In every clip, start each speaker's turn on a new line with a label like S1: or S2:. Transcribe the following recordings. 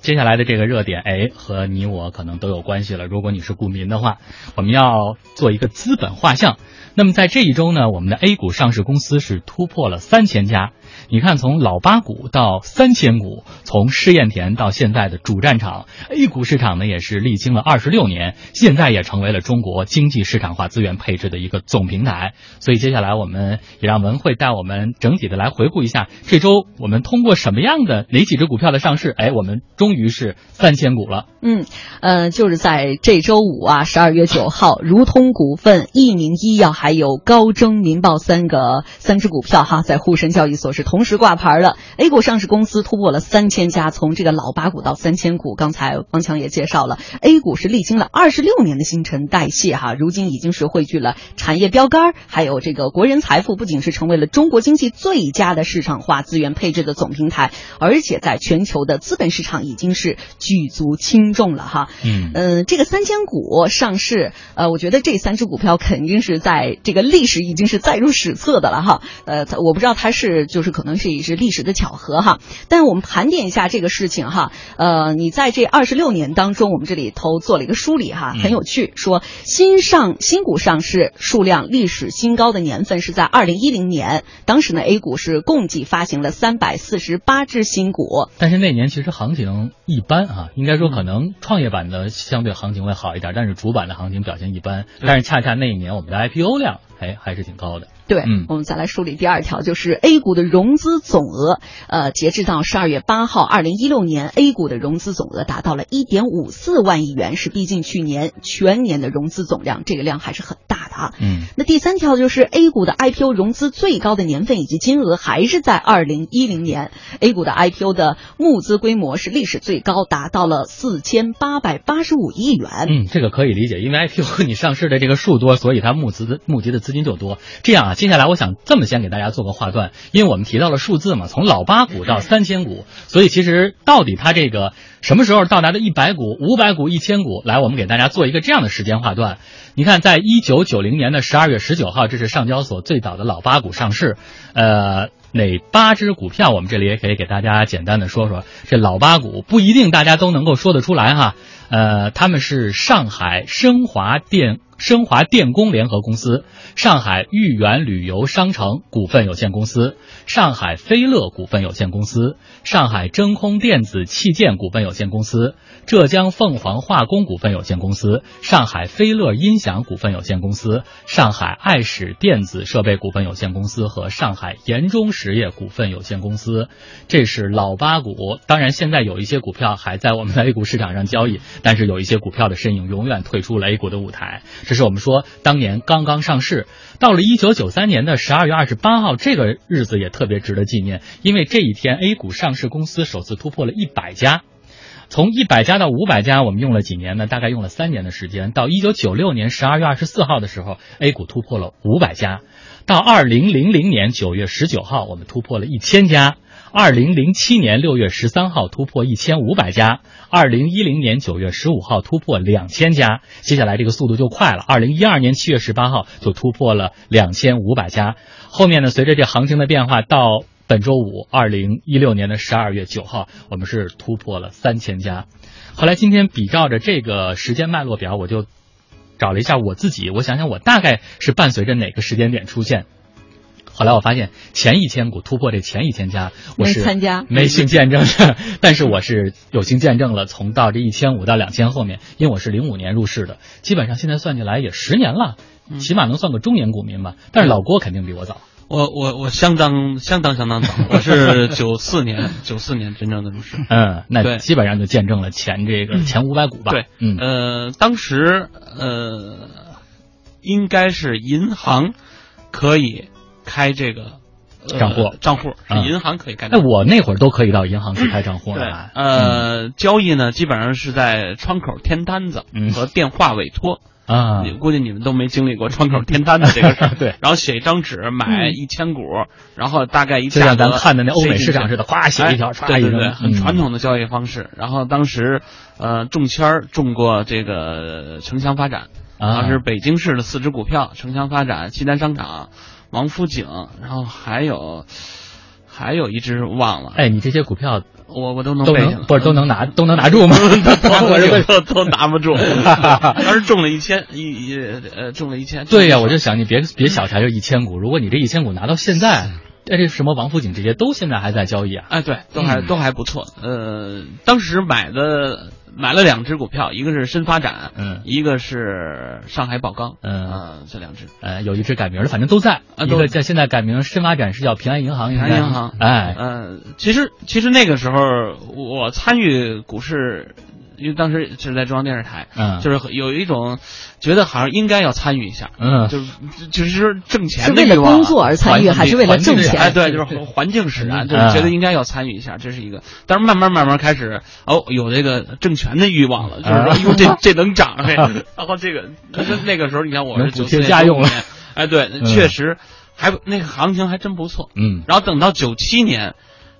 S1: 接下来的这个热点，哎，和你我可能都有关系了。如果你是股民的话，我们要做一个资本画像。那么在这一周呢，我们的 A 股上市公司是突破了三千家。你看，从老八股到三千股，从试验田到现在的主战场，A 股市场呢也是历经了二十六年，现在也成为了中国经济市场化资源配置的一个总平台。所以接下来我们也让文慧带我们整体的来回顾一下这周我们通过什么样的哪几只股票的上市，哎，我们终于是三千股了。
S2: 嗯，呃，就是在这周五啊，十二月九号，如通股份、益宁医药还有高铮民报三个三只股票哈，在沪深交易所是同时挂牌了。A 股上市公司突破了三千家，从这个老八股到三千股。刚才王强也介绍了，A 股是历经了二十六年的新陈代谢哈，如今已经是汇聚了产业标杆儿，还有这个国人财富，不仅是成为了中国经济最佳的市场化资源配置的总平台，而且在全球的资本市场已经是举足轻重了哈。
S1: 嗯
S2: 嗯，这个三千股上市，呃，我觉得这三只股票肯定是在这个历史已经是载入史册的了哈。呃，它我不知道它是就是可能是也是历史的巧合哈。但是我们盘点一下这个事情哈，呃，你在这二十六年当中，我们这里头做了一个梳理哈，
S1: 嗯
S2: 很有趣，说新上新股上市数量历史新高的年份是在二零一零年，当时呢 A 股是共计发行了三百四十八只新股，
S1: 但是那年其实行情一般啊，应该说可能创业板的相对行情会好一点，但是主板的行情表现一般。但是恰恰那一年我们的 IPO 量哎还是挺高的。
S2: 对，
S1: 嗯
S2: 我们再来梳理第二条，就是 A 股的融资总额，呃，截至到十二月八号，二零一六年 A 股的融资总额达到了一点五四万亿元，是逼近去年全年的融资总量，这个量还是很大的啊。
S1: 嗯
S2: 那第三条就是 A 股的 IPO 融资最高的年份以及金额还是在二零一零年，A 股的 IPO 的募资规模是历史最高，达到了四千八百八十五亿元。
S1: 嗯，这个可以理解，因为 IPO 你上市的这个数多，所以它募资的募集的资金就多。这样啊，接下来我想这么先给大家做个划断，因为我们提到了数字嘛，从老八股到三千股，所以其实到底它这个什么时候到达的一百股、五百股、一千股，来我们给大家做一个这样的时间划断。你看，在一九九零年的十二月十九号，这是上交所最早的老八股上市，呃。哪八只股票？我们这里也可以给大家简单的说说。这老八股不一定大家都能够说得出来哈，呃，他们是上海申华电申华电工联合公司、上海豫园旅游商城股份有限公司、上海飞乐股份有限公司、上海真空电子器件股份有限公司、浙江凤凰化工股份有限公司、上海飞乐音响股份有限公司、上海爱史电子设备股份有限公司和上海盐中实业股份有限公司。这是老八股。当然，现在有一些股票还在我们的 A 股市场上交易，但是有一些股票的身影永远退出了 A 股的舞台。这是我们说当年刚刚上市，到了一九九三年的十二月二十八号，这个日子也特别值得纪念，因为这一天 A 股上市公司首次突破了一百家。从一百家到五百家，我们用了几年呢？大概用了三年的时间。到一九九六年十二月二十四号的时候，A 股突破了五百家；到二零零零年九月十九号，我们突破了一千家；二零零七年六月十三号突破一千五百家；二零一零年九月十五号突破两千家。接下来这个速度就快了，二零一二年七月十八号就突破了两千五百家。后面呢，随着这行情的变化，到本周五，二零一六年的十二月九号，我们是突破了三千家。后来今天比照着这个时间脉络表，我就找了一下我自己，我想想我大概是伴随着哪个时间点出现。后来我发现前一千股突破这前一千家，我
S2: 没
S1: 是
S2: 参加
S1: 没幸见证的，但是我是有幸见证了从到这一千五到两千后面，因为我是零五年入市的，基本上现在算起来也十年了，
S3: 嗯
S1: 起码能算个中年股民吧。但是老郭肯定比我早。
S3: 我我我相当相当相当早，我 是九四年九四年真正的入市。
S1: 嗯，那
S3: 对
S1: 基本上就见证了前这个前五百股吧。
S3: 对，
S1: 嗯
S3: 呃，当时呃，应该是银行可以开这个、呃
S1: 账户
S3: 账户是
S1: 嗯
S3: 银行可以开的。
S1: 那我那会儿都可以到银行去开账户
S3: 对
S1: 了。，嗯
S3: 呃，交易呢基本上是在窗口填单子
S1: 嗯
S3: 和电话委托。
S1: 啊，。
S3: 你估计你们都没经历过窗口填单的这个事儿
S1: 对
S3: 然后写一张纸买
S2: 嗯
S3: 一千股，然后大概一
S1: 就
S3: 价
S1: 像
S3: 格
S1: 咱们看的那欧美
S3: 谁进
S1: 市场
S3: 谁
S1: 似的，哗写一条，
S3: 哎
S1: 歘
S3: 对
S1: 一
S3: 对
S1: 扔
S3: 对，很
S1: 嗯
S3: 传统的交易方式。然后当时，呃，中签儿中过这个城乡发展，
S1: 啊
S3: 当时北京市的四只股票：城乡发展、西单商场、王府井，然后还有还有一只忘了。
S1: 哎，你这些股票
S3: 我我都
S1: 哎
S3: 能
S1: 都
S3: 啊背下啊
S1: 能
S3: 来，
S1: 不是都能拿都能拿 住吗？ 拿过来问
S3: 都都拿不 住，当时中了一千一一呃中了一千，
S1: 对呀、我就想你别别小瞧这一千股，如果你这一千股拿到现在，哎，这什么王府井这些都现在还在交易啊？
S3: 哎，对，都还、都还不错。呃，当时买的买了两只股票，一个是深发展，
S1: 嗯
S3: 一个是上海宝钢，
S1: 嗯
S3: 啊这两只。
S1: 呃，有一只改名了，反正都在。
S3: 啊
S1: 一
S3: 都
S1: 个在现在改名深发展是叫平安银行，应该
S3: 平安银行
S1: 哎，
S3: 呃，其实其实那个时候我参与股市，因为当时是在中央电视台，
S1: 嗯，
S3: 就是是有一种觉得好像应该要参与一下，
S1: 嗯，
S3: 就是就是说挣
S2: 是
S3: 钱的
S2: 为了
S3: 欲望啊
S2: 工作而参与，还是为了挣
S3: 哎，
S2: 钱？
S3: 对，就是环境使然，
S1: 嗯
S3: 就是觉得应该要参与一下，这是一个。但是慢慢慢慢开始，哦，有这个挣钱的欲望了，
S2: 嗯
S3: 就是说，哟，这这 能涨这，然后这个那那个时候，你看我
S1: 能
S3: 是
S1: 补
S3: 九
S1: 贴
S3: 四
S1: 家用了，
S3: 哎，对，
S2: 嗯
S3: 确实还不那个行情还真不错。
S1: 嗯，
S3: 然后等到九七年，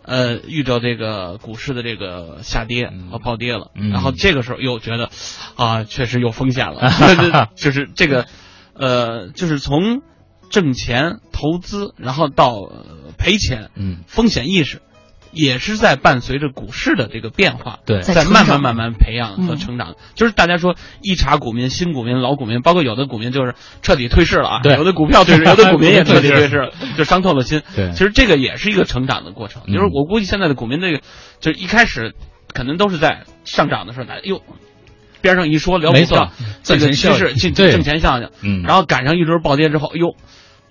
S3: 呃，遇到这个股市的这个下跌
S1: 嗯
S3: 和暴跌了，
S1: 嗯
S3: 然后这个时候又觉得，啊，确实有风 险了，就是这个，呃，就是从挣钱、投资，然后到呃赔钱，
S1: 嗯，
S3: 风险意识。也是在伴随着股市的这个变化，
S1: 对
S2: 在
S3: 在
S2: 成
S3: 慢慢
S2: 长嗯
S3: 慢慢培养和成长。就是大家说一茬股民、新股民、老股民，包括有的股民就是彻底退市了啊，
S1: 对
S3: 有的股票退 市，有的股民也彻底
S1: 退
S3: 退
S1: 市
S3: 市了，就伤透了心。
S1: 对
S3: 其实这个也是一个成长的过程。
S1: 嗯
S3: 就是我估计现在的股民这个，就是一开始可能都是在上涨的时候，大家哟，边上一说聊股
S1: 没错
S3: 票，这个
S1: 挣钱
S3: 趋
S1: 效
S3: 势
S1: 应
S3: 挣
S1: 对
S3: 挣钱效应，
S1: 嗯
S3: 然后赶上一轮暴跌之后，哟。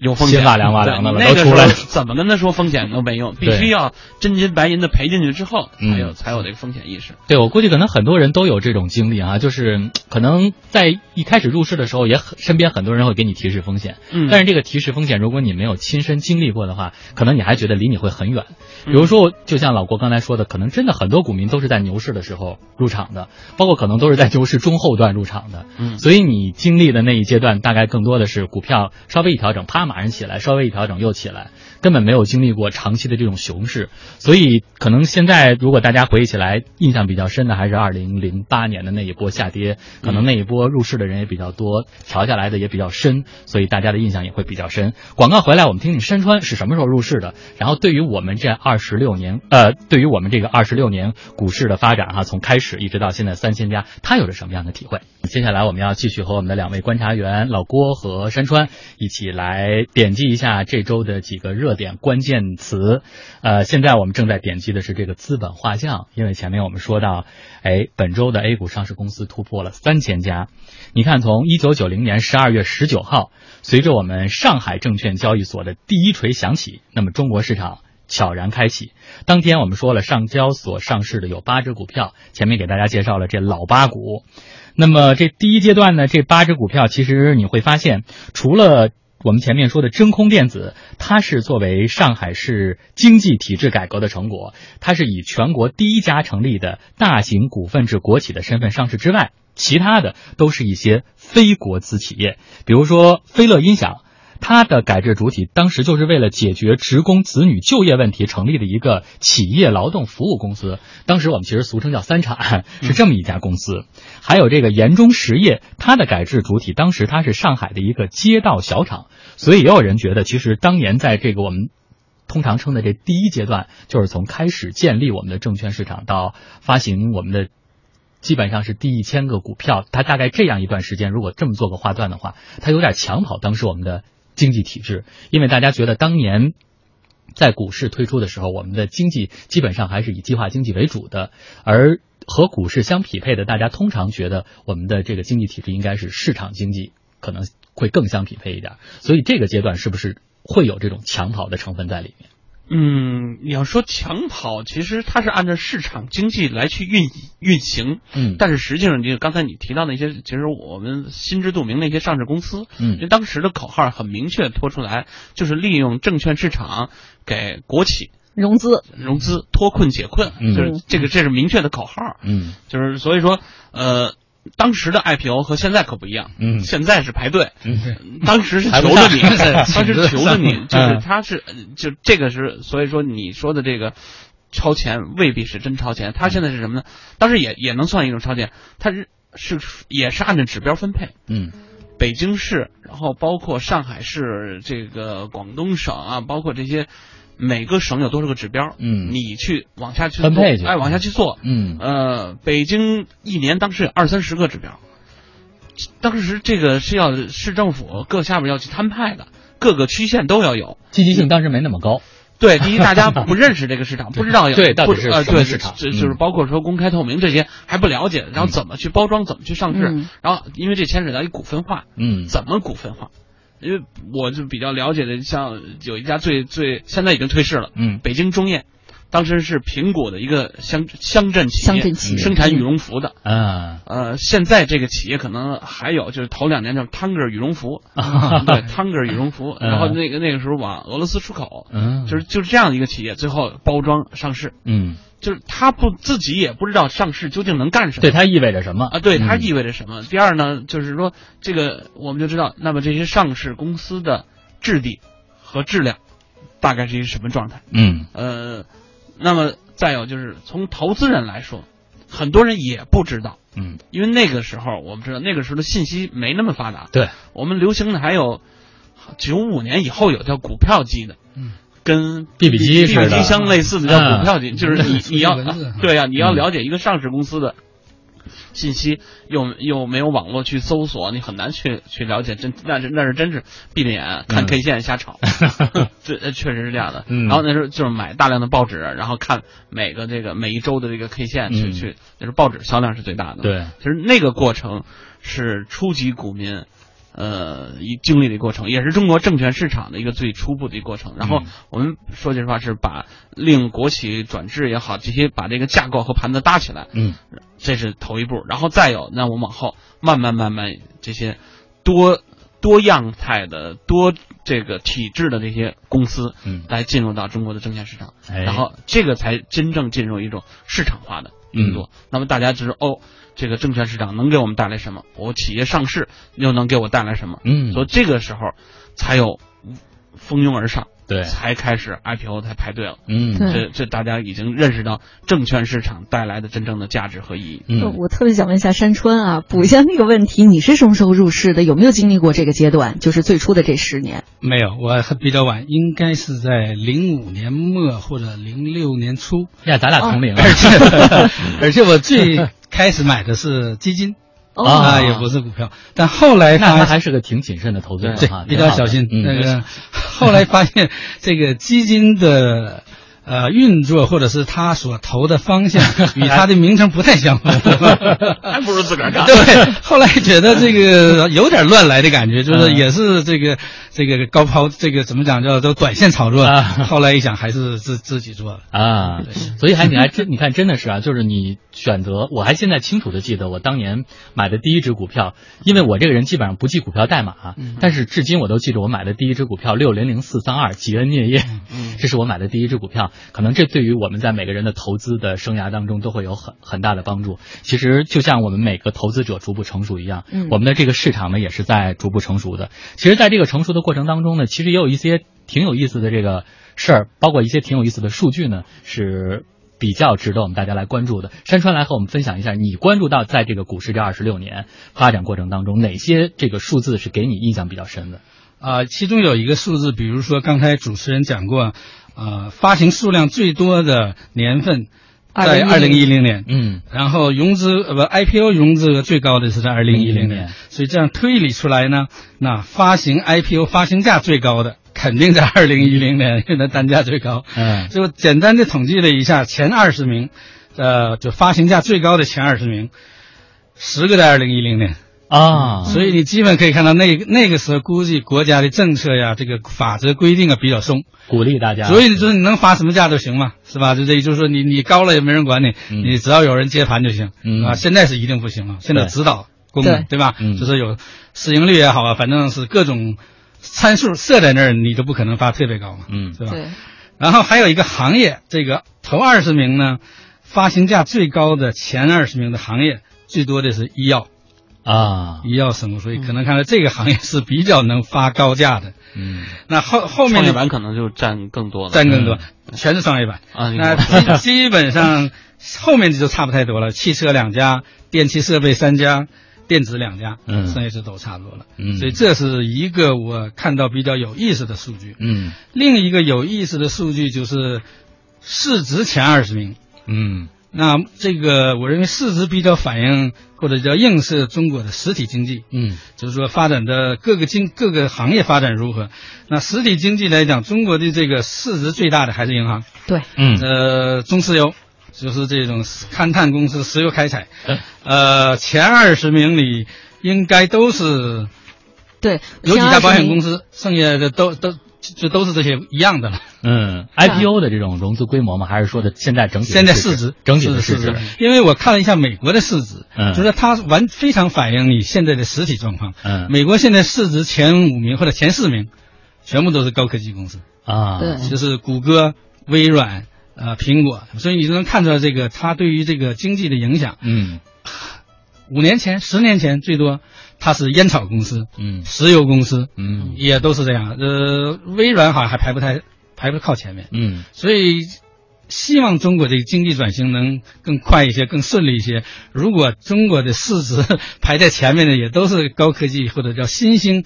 S3: 有风险，
S1: 心哇凉哇凉的了
S3: 对
S1: 都
S3: 那个
S1: 出
S3: 时
S1: 来
S3: 候
S1: 了
S3: 怎么跟他说风险都没用，必
S1: 对
S3: 须要真金白银的赔进去之后，才有
S1: 嗯
S3: 才有这个风险意识。
S1: 对，我估计可能很多人都有这种经历啊，就是嗯可能在一开始入市的时候，也很身边很多人会给你提示风险，
S3: 嗯
S1: 但是这个提示风险，如果你没有亲身经历过的话，可能你还觉得离你会很远。比如说，就像老郭刚才说的，可能真的很多股民都是在牛市的时候入场的，包括可能都是在牛市中后段入场的。
S3: 嗯
S1: 所以你经历的那一阶段，大概更多的是股票稍微一调整，啪马上起来，稍微一调整又起来，根本没有经历过长期的这种熊市。所以可能现在如果大家回忆起来，印象比较深的还是二零零八年的那一波下跌，可能那一波入市的人也比较多，调下来的也比较深，所以大家的印象也会比较深。广告回来，我们听听山川是什么时候入市的，然后对于我们这二十六年，呃，对于我们这个二十六年股市的发展哈、从开始一直到现在三千家，他有着什么样的体会？接下来我们要继续和我们的两位观察员老郭和山川一起来点击一下这周的几个热点关键词。呃，现在我们正在点击的是这个资本画像，因为前面我们说到，哎，本周的 A 股上市公司突破了三千家。你看，从一九九零年十二月十九号，随着我们上海证券交易所的第一锤响起，那么中国市场悄然开启。当天我们说了，上交所上市的有八只股票，前面给大家介绍了这老八股。那么这第一阶段呢，这八只股票其实你会发现，除了我们前面说的真空电子，它是作为上海市经济体制改革的成果，它是以全国第一家成立的大型股份制国企的身份上市之外，其他的都是一些非国资企业，比如说飞乐音响。它的改制主体当时就是为了解决职工子女就业问题成立的一个企业劳动服务公司，当时我们其实俗称叫三产， 是这么一家公司。还有这个盐中实业，它的改制主体当时它是上海的一个街道小厂，所以也有人觉得，其实当年在这个我们通常称的这第一阶段，就是从开始建立我们的证券市场到发行我们的。基本上是第一千个股票，它大概这样一段时间，如果这么做个划断的话，它有点抢跑当时我们的经济体制，因为大家觉得当年在股市推出的时候，我们的经济基本上还是以计划经济为主的，而和股市相匹配的，大家通常觉得我们的这个经济体制应该是市场经济，可能会更相匹配一点。所以这个阶段是不是会有这种抢跑的成分在里面？
S3: 嗯，你要说抢跑，其实它是按照市场经济来去运运行，
S1: 嗯
S3: 但是实际上，就刚才你提到那些，其实我们心知肚明那些上市公司，因为
S1: 嗯
S3: 当时的口号很明确地拖出来，就是利用证券市场给国企
S2: 融资，
S3: 融资脱困解困，
S1: 嗯
S3: 就是这个这是明确的口号，
S1: 嗯
S3: 就是所以说，呃，当时的 IPO 和现在可不一样，
S1: 嗯
S3: 现在是排队，
S1: 嗯
S3: 当时是
S1: 排不
S3: 求着
S1: 上，
S3: 你 当时求着你，就
S1: 嗯
S3: 是他是呃就这个是，所以说你说的这个超前未必是真超前，他现在是什么呢？当时也也能算一种超前，他是是也是按照指标分配，
S1: 嗯
S3: 北京市，然后包括上海市、这个广东省啊，包括这些每个省有多少个指标，
S1: 嗯
S3: 你去往下去
S1: 分配去
S3: 做哎，往下去做。
S1: 嗯
S3: 呃，北京一年当时有二三十个指标，当时这个是要市政府各下边要去摊派的，各个区县都要有。
S1: 积极性当时没那么高，
S3: 对，第一，大家不认识这个市场，不知道有
S1: 对到
S3: 不
S1: 底是
S3: 呃
S1: 什么
S3: 对
S1: 市场
S3: 这
S1: 嗯
S3: 就是包括说公开透明这些还不了解，然后怎么去包装，怎么去上市
S2: 嗯，
S3: 然后因为这牵扯到一股份化，
S1: 嗯
S3: 怎么股份化？因为我就比较了解的，像有一家最最现在已经退市了，
S1: 嗯
S3: 北京中业，当时是苹果的一个乡乡镇企业，
S2: 乡镇企业嗯
S3: 生产羽绒服的。
S1: 啊
S3: 呃，现在这个企业可能还有，就是头两年叫 Tanger 羽绒服，嗯对 Tanger 羽绒服，
S1: 啊嗯
S3: 然后那个那个时候往俄罗斯出口，
S1: 嗯，
S3: 就是就是这样一个企业，最后包装上市，
S1: 嗯，
S3: 就是他不自己也不知道上市究竟能干什么。
S1: 对它意味着什么
S3: 啊，对它
S1: 嗯
S3: 意味着什么？第二呢，就是说这个我们就知道，那么这些上市公司的质地和质量大概是一个什么状态？
S1: 嗯
S3: 呃，那么再有就是从投资人来说，很多人也不知道，
S1: 嗯
S3: 因为那个时候我们知道那个时候的信息没那么发达，
S1: 对，
S3: 我们流行的还有九五年以后有叫股票机的，
S4: 嗯，
S3: 跟
S1: BB 机似的
S3: BB 机相类似的叫股票机，就 是你你要
S4: 文字
S3: 对呀、啊你要
S1: 嗯
S3: 了解一个上市公司的信息，又又没有网络去搜索，你很难去去了解真那是那是真是闭着眼看
S1: 嗯
S3: K 线 瞎炒，这呃确实是这样的。
S1: 嗯
S3: 然后那时候就是买大量的报纸，然后看每个这个每一周的这个 K 线去、
S1: 嗯
S3: 去，就是报纸销量是最大的。，
S1: 对，
S3: 其实那个过程是初级股民。呃，一经历的过程，也是中国证券市场的一个最初步的一个过程。然后
S1: 嗯
S3: 我们说句实话，是把令国企转制也好，这些把这个架构和盘子搭起来，
S1: 嗯
S3: 这是头一步。然后再有，那我们往后慢慢慢慢这些多多样态的、多这个体制的这些公司
S1: 嗯，
S3: 来进入到中国的证券市场，
S1: 哎
S3: 然后这个才真正进入一种市场化的运作。那么大家知道哦，这个证券市场能给我们带来什么？我企业上市又能给我带来什么？
S1: 嗯
S3: 所以这个时候才有蜂拥而上，
S1: 对
S3: 才开始 IPO 才排队了。
S1: 嗯
S2: 对
S3: 这这大家已经认识到证券市场带来的真正的价值和意义。
S2: 呃
S1: 嗯
S2: 我特别想问一下山川啊，补一下那个问题，你是什么时候入市的？有没有经历过这个阶段？就是最初的这十年，
S4: 没有，我还比较晚，应该是在零五年末或者零六年初，
S1: 呀，咱俩同龄啊
S4: 而且 而且我最开始买的是基金
S2: 哦
S4: 啊，也不是股票，但后来
S1: 那
S4: 发
S1: 他
S4: 现
S1: 还是个挺谨慎的投资人
S4: 对
S1: 哈，
S4: 比
S1: 挺好
S4: 较
S1: 的
S4: 小心。
S1: 嗯
S4: 那个 后来发现这个基金的。呃，运作或者是它所投的方 向与它的名称不太 相符，
S1: 嗯
S3: 还不如自 个儿干。
S4: 对，后来觉得这个有点乱来的感觉，就是也是这个这个高抛，这个怎么讲叫叫短线炒作。
S1: 啊
S4: 后来一想，还是自自己做的。
S1: 啊，所以还你还真你看真的是啊，就是你选择，我还现在清楚的记得我当年买的第一只股票，因为我这个人基本上不记股票代码、啊但是至今我都记着我买的第一只股票六零零四三二吉恩镍业，这是我买的第一只股票，可能这对于我们在每个人的投资的生涯当中都会有很很大的帮助。其实就像我们每个投资者逐步成熟一样，
S2: 嗯
S1: 我们的这个市场呢也是在逐步成熟的。其实，在这个成熟的过程当中呢，其实也有一些挺有意思的这个事儿，包括一些挺有意思的数据呢，是比较值得我们大家来关注的。山川来和我们分享一下，你关注到在这个股市这二十六年发展过程当中，哪些这个数字是给你印象比较深的？
S4: 啊、其中有一个数字，比如说刚才主持人讲过，呃，发行数量最多的年份在二零一零年，
S1: 嗯
S4: 然后融资呃不 IPO 融资额最高的是在二零一
S1: 2010
S4: 零
S1: 年
S4: 年，所以这样推理出来呢，那发行 IPO 发行价最高的肯定在 二零一零年，因为它单价最高。
S1: 嗯
S4: 就简单的统计了一下前二十名，呃，就发行价最高的前二十名，十个在二零一零年，
S1: 啊，
S4: 所以你基本可以看到那那个时候估计国家的政策呀，这个法则规定啊比较松，
S1: 鼓励大家，
S4: 所以你说你能发什么价都行嘛，是吧？就这就是说你你高了也没人管你，
S1: 嗯
S4: 你只要有人接盘就行、
S1: 嗯
S4: 啊。现在是一定不行了，现在
S1: 对
S4: 指导功能
S2: 对
S4: 对吧？
S1: 嗯
S4: 就是有市盈率也好啊，反正是各种参数设在那儿，你都不可能发特别高嘛，
S1: 嗯
S4: 是吧？
S2: 对，
S4: 然后还有一个行业，这个头二十名呢，发行价最高的前二十名的行业最多的是医药、
S1: 啊，
S4: 医药生物，所以可能看来这个行业是比较能发高价的。
S1: 嗯
S4: 那后后面
S3: 创业
S4: 的
S3: 板可能就占更多了。
S4: 占更多，全是商业版。
S3: 啊，
S4: 那基 基本上后面的就差不太多了，汽车两家，电气设备三家，电子两家，
S1: 嗯
S4: 剩下就都差不多了。
S1: 嗯
S4: 所以这是一个我看到比较有意思的数据。
S1: 嗯
S4: 另一个有意思的数据就是市值前二十名。
S1: 嗯
S4: 那这个我认为市值比较反映或者叫映射中国的实体经济，
S1: 嗯
S4: 就是说发展的各个经各个行业发展如何。那实体经济来讲，中国的这个市值最大的还是银行，
S2: 对，
S1: 嗯
S4: 呃，中石油。就是这种勘探公司、石油开采，
S1: 嗯
S4: 呃，前二十名里应该都是
S2: 对，
S4: 有几
S2: 像
S4: 家
S2: 20
S4: 保险
S2: 名
S4: 公司，剩下的都都就都是这些一样的了。
S1: 嗯，IPO 的这种融资规模嘛，还是说的现在整体的
S4: 现在
S1: 市
S4: 市值
S1: 整体的
S4: 市
S1: 值
S4: 值，，因为我看了一下美国的市值，
S1: 嗯
S4: 就是它完非常反映你现在的实体状况。
S1: 嗯
S4: 美国现在市值前五名或者前四名，全部都是高科技公司，
S1: 啊，
S2: 对
S4: 就是谷歌、微软、呃苹果，所以你就能看出来这个它对于这个经济的影响。
S1: 嗯
S4: 五年前、十年前最多它是烟草公司、
S1: 嗯
S4: 石油公司，
S1: 嗯
S4: 也都是这样。呃，微软好像还排不太排不靠前面。
S1: 嗯
S4: 所以希望中国的经济转型能更快一些、更顺利一些。如果中国的市值 排在前面的也都是高科技或者叫新兴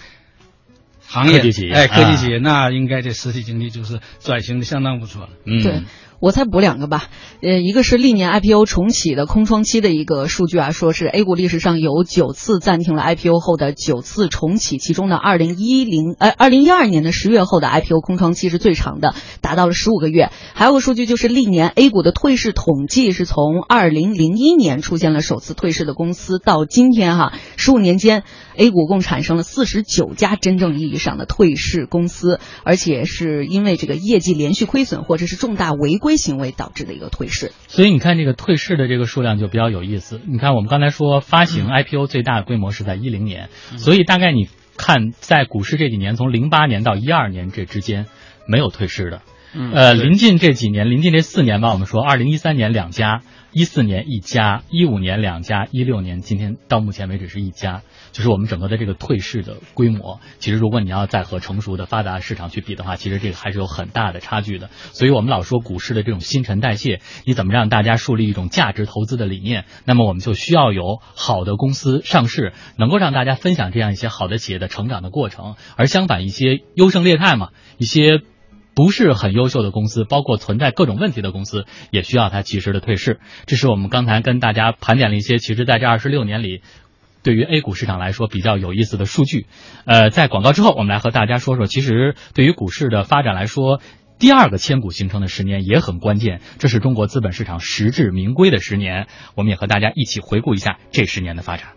S4: 行业，
S1: 科技企业
S4: 哎，科
S1: 啊
S4: 技企业，那应该这实体经济就是转型的相当不错了。
S1: 嗯，
S2: 对，我再补两个吧。呃，一个是历年 IPO 重启的空窗期的一个数据啊，说是 A 股历史上有九次暂停了 IPO 后的九次重启，其中呢，二零一零呃二零一二年的十月后的 IPO 空窗期是最长的，达到了十五个月。还有个数据就是历年 A 股的退市统计是从二零零一年出现了首次退市的公司到今天哈、十五年间 A 股共产生了四十九家真正意义上的退市公司，而且是因为这个业绩连续亏损或者是重大违规行为导致的一个退市。
S1: 所以你看这个退市的这个数量就比较有意思。你看我们刚才说发行 IPO 最大的规模是在一零年，所以大概你看在股市这几年，从零八年到一二年这之间没有退市的。
S3: 嗯
S1: 呃，临近这几年，临近这四年吧，我们说，二零一三年两家，一四年一家，一五年两家，一六年今天到目前为止是一家，就是我们整个的这个退市的规模，其实如果你要再和成熟的发达市场去比的话，其实这个还是有很大的差距的。所以我们老说股市的这种新陈代谢，你怎么让大家树立一种价值投资的理念？那么我们就需要有好的公司上市，能够让大家分享这样一些好的企业的成长的过程。而相反，一些优胜劣汰嘛，一些不是很优秀的公司，包括存在各种问题的公司，也需要它及时的退市。这是我们刚才跟大家盘点了一些，其实在这二十六年里。对于 A 股市场来说比较有意思的数据，呃，在广告之后，我们来和大家说说，其实对于股市的发展来说，第二个千古形成的十年也很关键，这是中国资本市场实至名归的十年。我们也和大家一起回顾一下这十年的发展。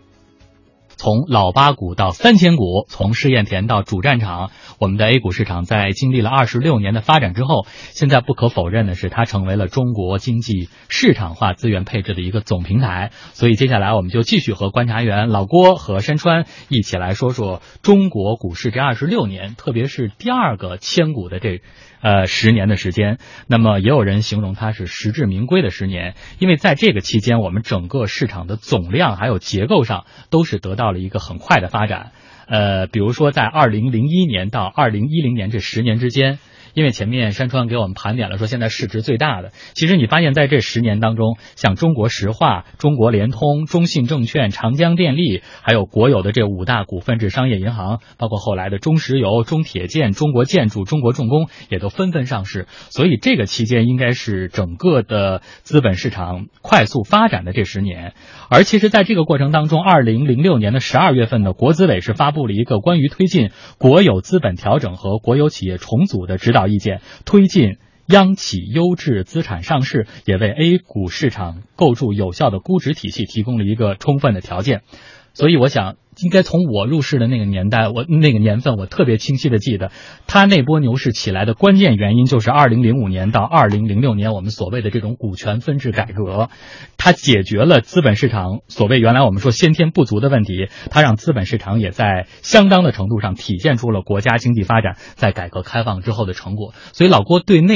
S1: 从老八股到三千股，从试验田到主战场，我们的 A 股市场在经历了二十六年的发展之后，现在不可否认的是，它成为了中国经济市场化资源配置的一个总平台。所以接下来我们就继续和观察员老郭和山川一起来说说中国股市这二十六年，特别是第二个千股的这呃十年的时间。那么也有人形容它是实至名归的十年，因为在这个期间，我们整个市场的总量还有结构上都是得到了一个很快的发展。呃，比如说在二零零一年到二零一零年这十年之间，因为前面山川给我们盘点了说现在市值最大的，其实你发现在这十年当中，像中国石化、中国联通、中信证券、长江电力，还有国有的这五大股份制商业银行，包括后来的中石油、中铁建、中国建筑、中国重工，也都纷纷上市。所以这个期间应该是整个的资本市场快速发展的这十年。而其实，在这个过程当中，二零零六年的十二月份呢，国资委是发布了一个关于推进国有资本调整和国有企业重组的指导意见，推进。央企优质资产上市也为 A 股市场构筑有效的估值体系提供了一个充分的条件。所以我想，应该从我入市的那个年代，我那个年份，我特别清晰的记得，它那波牛市起来的关键原因就是二零零五年到二零零六年我们所谓的这种股权分置改革，它解决了资本市场所谓原来我们说先天不足的问题，它让资本市场也在相当的程度上体现出了国家经济发展在改革开放之后的成果。所以老郭对那。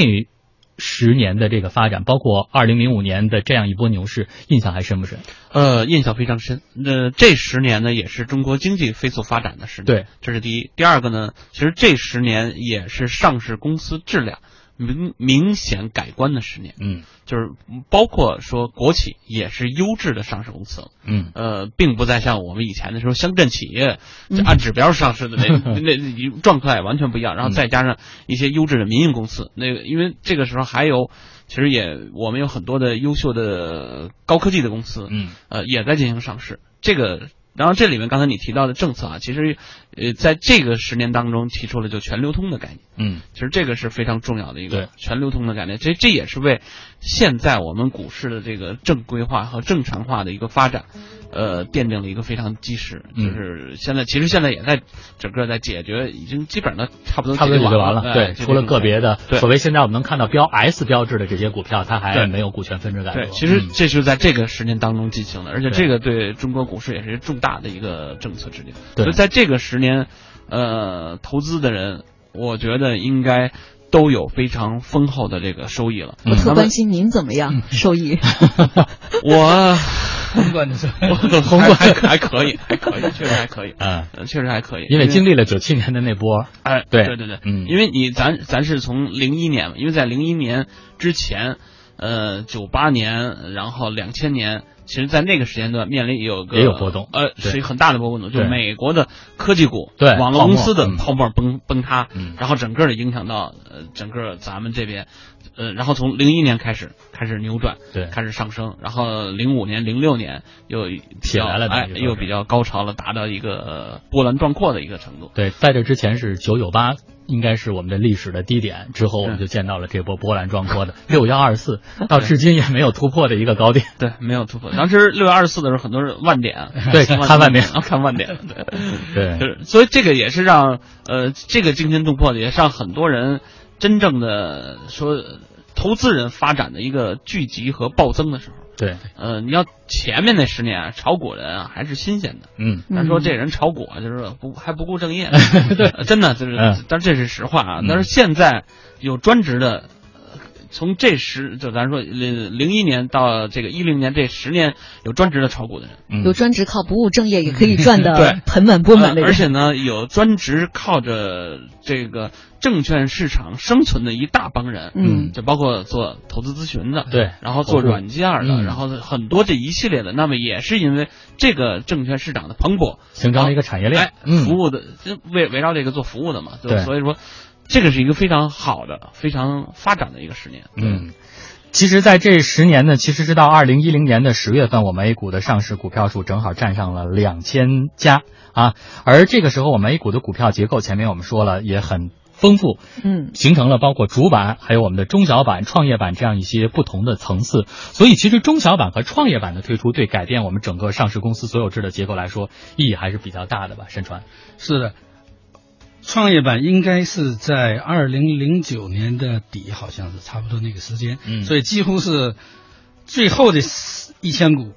S1: 十年的这个发展，包括二零零五年的这样一波牛市，印象还深不深？
S3: 呃，印象非常 深。那、呃这十年呢，也是中国经济飞速发展的十年。
S1: 对，
S3: 这是第一。第二个呢，其实这十年也是上市公司质量明明显改观的十年，
S1: 嗯
S3: 就是包括说国企也是优质的上市公司了，
S1: 嗯
S3: 呃，并不再像我们以前的时候乡镇企业就按指标上市的那、那那状态完全不一样。然后再加上一些优质的民营公司，那个因为这个时候还有，其实也我们有很多的优秀的高科技的公司，
S1: 嗯
S3: 呃，也在进行上市。这个，然后这里面刚才你提到的政策啊，其实呃，在这个十年当中提出了就全流通的概念。
S1: 嗯
S3: 其实这个是非常重要的一
S1: 对
S3: 个全流通的概念，这这也是为现在我们股市的这个正规化和正常化的一个发展，呃，奠定了一个非常基石。
S1: 嗯
S3: 就是现在，其实现在也在整个在解决，已经基本上差不多
S1: 差不多解决完了，
S3: 了。
S1: 对，
S3: 哎
S1: 除了个。
S3: 解决
S1: 别的
S3: 对
S1: 所谓现在我们能看到标 S 标志的这些股票，它还
S3: 对
S1: 没有股权分置改革。
S3: 对，其实
S1: 嗯
S3: 这就是在这个十年当中进行的，而且
S1: 对
S3: 这个对中国股市也是重大的一个政策制定。
S1: 对
S3: 所以在这个十年，呃，投资的人，我觉得应该都有非常丰厚的这个收益了。
S2: 我特
S3: 嗯那么嗯
S2: 关心您怎么样受益。
S3: 我
S4: 宏观的说，
S3: 我
S1: 宏观
S3: 还还还可以，还可以，确实还可 以，
S1: 嗯，
S3: 呃确实还可以。
S1: 因为经历了九七年的那波，
S3: 哎，
S1: 对
S3: 对对对，
S1: 嗯
S3: 因为你咱咱是从零一年嘛，因为在零一年之前，呃，九八年，然后两千年，其实在那个时间段面临有个
S1: 也有波动
S3: 呃，
S1: 对
S3: 是一个很大的波动，就是
S1: 对
S3: 美国的科技股、
S1: 对
S3: 网络公司
S1: 泡
S3: 的
S1: 沫嗯
S3: 泡沫崩崩塌，
S1: 嗯
S3: 然后整个的影响到呃整个咱们这边，呃，然后从零一年开始开始扭转，
S1: 对
S3: 开始上升，然后零五年、零六年又比较
S1: 起来了
S3: 哎，
S1: 等于说
S3: 又
S1: 是
S3: 比较高潮了，达到一个呃波澜壮阔的一个程度。
S1: 对，在这之前是九九八，应该是我们的历史的低点，之后我们就
S3: 对
S1: 见到了这波波澜壮阔的六幺二四，到至今也没有突破的一个高点。
S3: 对，没有突破。当时六月二十四的时候，很多人万点，啊
S1: 对看万
S3: 万
S1: 点
S3: 啊看万 点，对，
S1: 对
S3: 就是所以这个也是让呃这个惊心动魄的，也是让很多人真正的说投资人发展的一个聚集和暴增的时候。
S1: 对，
S3: 呃，你要前面那十年啊炒股人啊还是新鲜的，
S1: 嗯
S3: 咱说
S2: 嗯
S3: 这人炒股啊就是不还不顾 正业，呃真的就是
S1: 嗯，
S3: 但这是实话啊
S1: 嗯。
S3: 但是现在有专职的，呃从这十就咱说零零一年到这个一零年这十年有专职的炒股的人，
S1: 嗯
S2: 有专职靠不务正业也可以赚
S1: 对
S2: 的盆满钵满的人，
S3: 呃嗯而且呢有专职靠着这个证券市场生存的一大帮人，
S2: 嗯
S3: 就包括做投资咨询的，
S1: 对
S3: 然后做软件儿
S1: 嗯
S3: 的，然后很多这一系列的，那么也是因为这个证券市场的蓬勃，
S1: 形成了一个产业链
S3: 哎，服务的就围围绕这个做服务的嘛，就
S1: 嗯对
S3: 所以说这个是一个非常好的、非常发展的一个十年。
S1: 嗯，其实，在这十年呢，其实是到二零一零年的十月份，我们 A 股的上市股票数正好站上了两千家啊。而这个时候，我们 A 股的股票结构，前面我们说了也很丰富，
S2: 嗯
S1: 形成了包括主板，还有我们的中小板、创业板这样一些不同的层次。所以，其实中小板和创业板的推出，对改变我们整个上市公司所有制的结构来说，意义还是比较大的吧？沈传，
S4: 是的，创业板应该是在二零零九年的底，好像是差不多那个时间，
S1: 嗯
S4: 所以几乎是最后的一千股，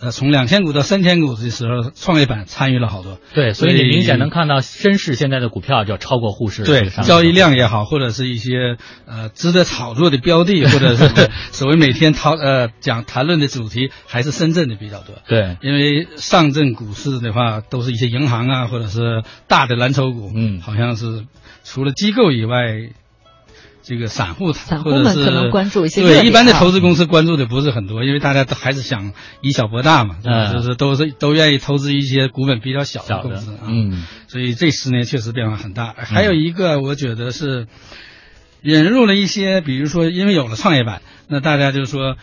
S4: 呃，从两千股到三千股的时候，创业板参与了好多，
S1: 对，所以你
S4: 所以
S1: 明显能看到深市现在的股票就超过沪市的这
S4: 对
S1: 个上市
S4: 交易量也好，或者是一些呃值得炒作的标的，或者是所谓每天讨呃讲谈论的主题，还是深圳的比较多。
S1: 对，
S4: 因为上证股市的话，都是一些银行啊，或者是大的蓝筹股，
S1: 嗯
S4: 好像是除了机构以外，这个散户
S2: 散户
S4: 或者
S2: 们
S4: 是
S2: 可能关注一些热点
S4: 对一般的
S2: 啊
S4: 投资公司关注的不是很多，因为大家都还是想以小博大嘛，对吧
S1: 嗯
S4: 就是都是都愿意投资一些股本比较小的
S1: 小
S4: 公
S1: 的
S4: 司啊，，
S1: 嗯
S4: 所以这十年确实变化很大。还有一个，我觉得是引入了一些，比如说，因为有了创业板，那大家就说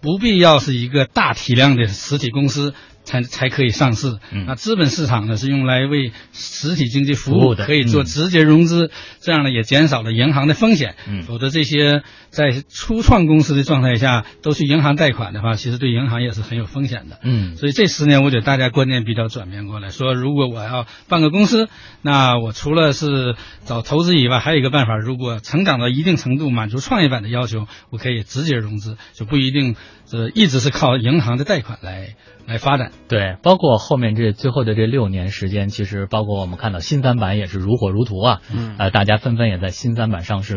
S4: 不必要是一个大体量的实体公司才才可以上市。
S1: 嗯
S4: 那资本市场呢是用来为实体经济服
S1: 服
S4: 务
S1: 务的
S4: 可以做
S1: 嗯
S4: 直接融资，这样呢也减少了银行的风险。
S1: 嗯
S4: 否则这些在初创公司的状态下都去银行贷款的话，其实对银行也是很有风险的。
S1: 嗯，
S4: 所以这十年，我觉得大家观念比较转变过来，说如果我要办个公司，那我除了是找投资以外，还有一个办法，如果成长到一定程度，满足创业板的要求，我可以直接融资，就不一定呃一直是靠银行的贷款来来发展。
S1: 对，包括后面这最后的这六年时间，其实包括我们看到新三板也是如火如荼啊，
S3: 嗯
S1: 呃，大家纷纷也在新三板上市。